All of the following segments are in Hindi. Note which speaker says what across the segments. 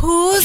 Speaker 1: who's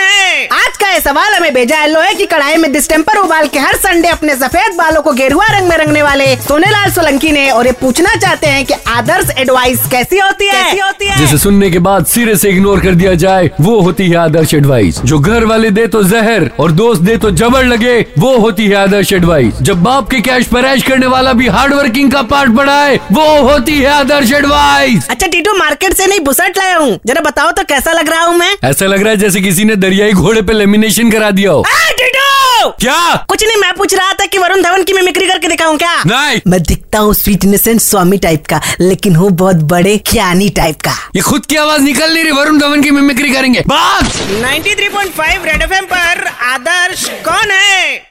Speaker 2: है
Speaker 1: आज का ये सवाल हमें भेजा है लोहे की कढ़ाई में डिस्टेम्पर उबाल के हर संडे अपने सफेद बालों को गेरुआ रंग में रंगने वाले सोनेलाल सोलंकी ने और ये पूछना चाहते हैं कि आदर्श एडवाइस कैसी होती है कैसी होती
Speaker 3: जिसे सुनने के बाद सिरे से इग्नोर कर दिया जाए वो होती है आदर्श एडवाइस जो घर वाले दे तो जहर और दोस्त दे तो जबर लगे वो होती है आदर्श एडवाइस जब बाप के कैश पर ऐश करने वाला भी हार्ड वर्किंग का पार्ट बढ़ाए वो होती है आदर्श एडवाइस
Speaker 1: अच्छा टीटू मार्केट से नहीं बुसट लाया हूँ जरा बताओ तो कैसा लग रहा हूँ मैं
Speaker 3: ऐसा लग रहा है जैसे किसी ने दरियाई घोड़े पे लेमिनेशन करा दिया हो
Speaker 1: आ, टीटू
Speaker 3: क्या
Speaker 1: कुछ नहीं मैं पूछ रहा था कि वरुण धवन की मिमिक्री करके दिखाऊं क्या
Speaker 3: नहीं
Speaker 1: मैं दिखता हूँ स्वीट इनोसेंट स्वामी टाइप का लेकिन हूँ बहुत बड़े ज्ञानी टाइप का
Speaker 3: ये खुद की आवाज निकल नहीं रही वरुण धवन की मिमिक्री करेंगे बस
Speaker 2: 93.5 रेड एफएम पर आदर्श कौन है